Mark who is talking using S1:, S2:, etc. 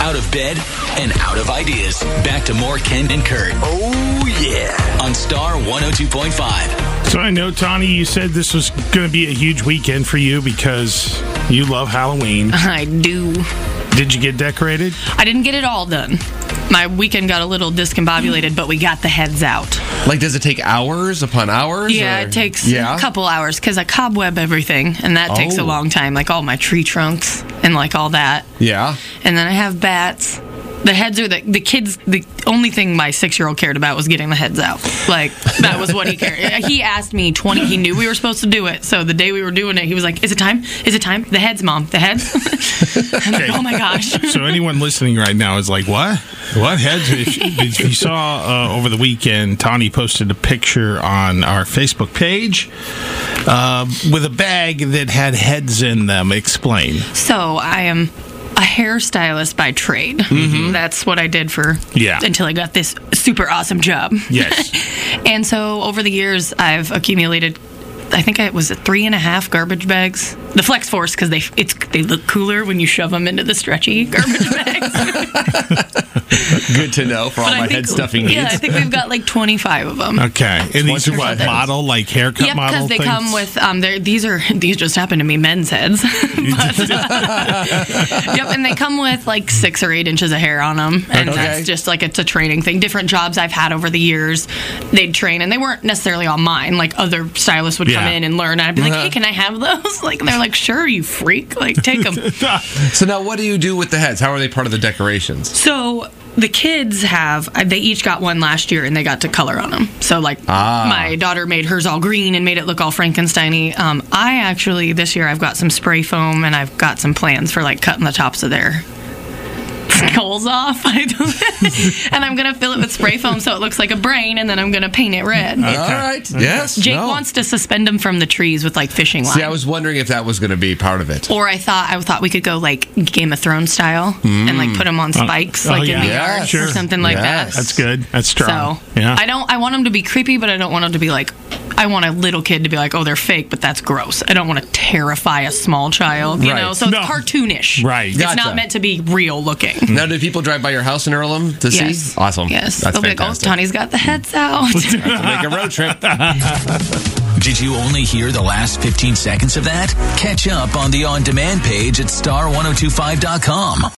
S1: out of bed, and out of ideas. Back to more Ken and Kurt. Oh, yeah. On Star 102.5.
S2: So I know, Tony, you said this was going to be a huge weekend for you because you love Halloween.
S3: I do.
S2: Did you get decorated?
S3: I didn't get it all done. My weekend got a little discombobulated, but we got the heads out.
S4: Like, does it take hours upon hours?
S3: Yeah,
S4: or-
S3: it takes
S4: Yeah?
S3: a couple hours because I cobweb everything, and that takes a
S4: Oh.
S3: long time. Like all my tree trunks and like all that.
S4: Yeah.
S3: And then I have bats. The heads are the the kids. The only thing my six year old cared about was getting the heads out. Like that was what he cared. He asked me twenty. He knew we were supposed to do it. So the day we were doing it, he was like, "Is it time? Is it time? The heads, mom. The heads." I'm like, oh my gosh.
S2: So anyone listening right now is like, what? What heads? If, if you saw uh, over the weekend, Tony posted a picture on our Facebook page um, with a bag that had heads in them. Explain.
S3: So I am a hairstylist by trade.
S4: Mm-hmm.
S3: That's what I did for
S2: Yeah.
S3: until I got this super awesome job.
S2: Yes.
S3: And so over the years, I've accumulated. I think it was three and a half garbage bags. The Flex Force because they it's they look cooler when you shove them into the stretchy garbage bags.
S4: Good to know for all
S3: But I
S4: my
S3: think-
S4: head stuffing
S3: Yeah, I
S4: needs.
S3: think we've got like twenty five of them.
S2: Okay. And these are
S4: Wonder
S2: what
S4: what that is.
S2: model, like haircut
S3: Yep,
S2: model
S3: because they
S2: things?
S3: come with um, they're- these are these just happen to be men's heads. But, uh, yep, and they come with like six or eight inches of hair on them, and
S4: Okay.
S3: that's just like it's a training thing. Different jobs I've had over the years, they'd train, and they weren't necessarily all mine. Like other stylists would
S2: Yeah. Uh-huh.
S3: come in and learn, and I'd be like, "Hey, can I have those?" Like and they're like, "Sure, you freak! Like take them."
S4: So now, what do you do with the heads? How are they part of the decorations?
S3: So the kids have I- they each got one last year and they got to color on them. So like
S4: Ah.
S3: my daughter made hers all green and made it look all Frankensteiny. Um, I actually this year I've got some spray foam and I've got some plans for like cutting the tops of their skulls off. I don't, and I'm gonna fill it with spray foam so it looks like a brain and then I'm gonna paint it red.
S4: All right. Yes.
S3: Jake
S4: Ah. no.
S3: wants to suspend them from the trees with like fishing line.
S4: See, I was wondering if that was going to be part of it.
S3: or I thought I thought we could go like Game of Thrones style and like put them on spikes
S2: oh,
S3: like
S2: yeah.
S3: in the
S4: Yes.
S3: yard
S2: Sure.
S3: or something like
S4: Yes.
S3: that.
S2: That's good. That's strong.
S3: So
S2: yeah.
S3: I don't. I want them to be creepy, but I don't want them to be like. I want a little kid to be like, "Oh, they're fake," but that's gross. I don't want to terrify a small child, you
S4: Right.
S3: know. So it's
S2: No.
S3: cartoonish.
S2: Right.
S3: It's
S4: Gotcha.
S3: not meant to be real looking.
S4: Now, do people drive by your house and Earlham to
S3: Yes.
S4: see? Awesome.
S3: Yes.
S4: That's
S3: They'll be like, "Oh,
S4: fantastic.
S3: Tony's got the heads out."
S4: Make a road trip.
S1: Did you only hear the last oh 15 seconds of that? Catch up on the on demand page at star1025.com.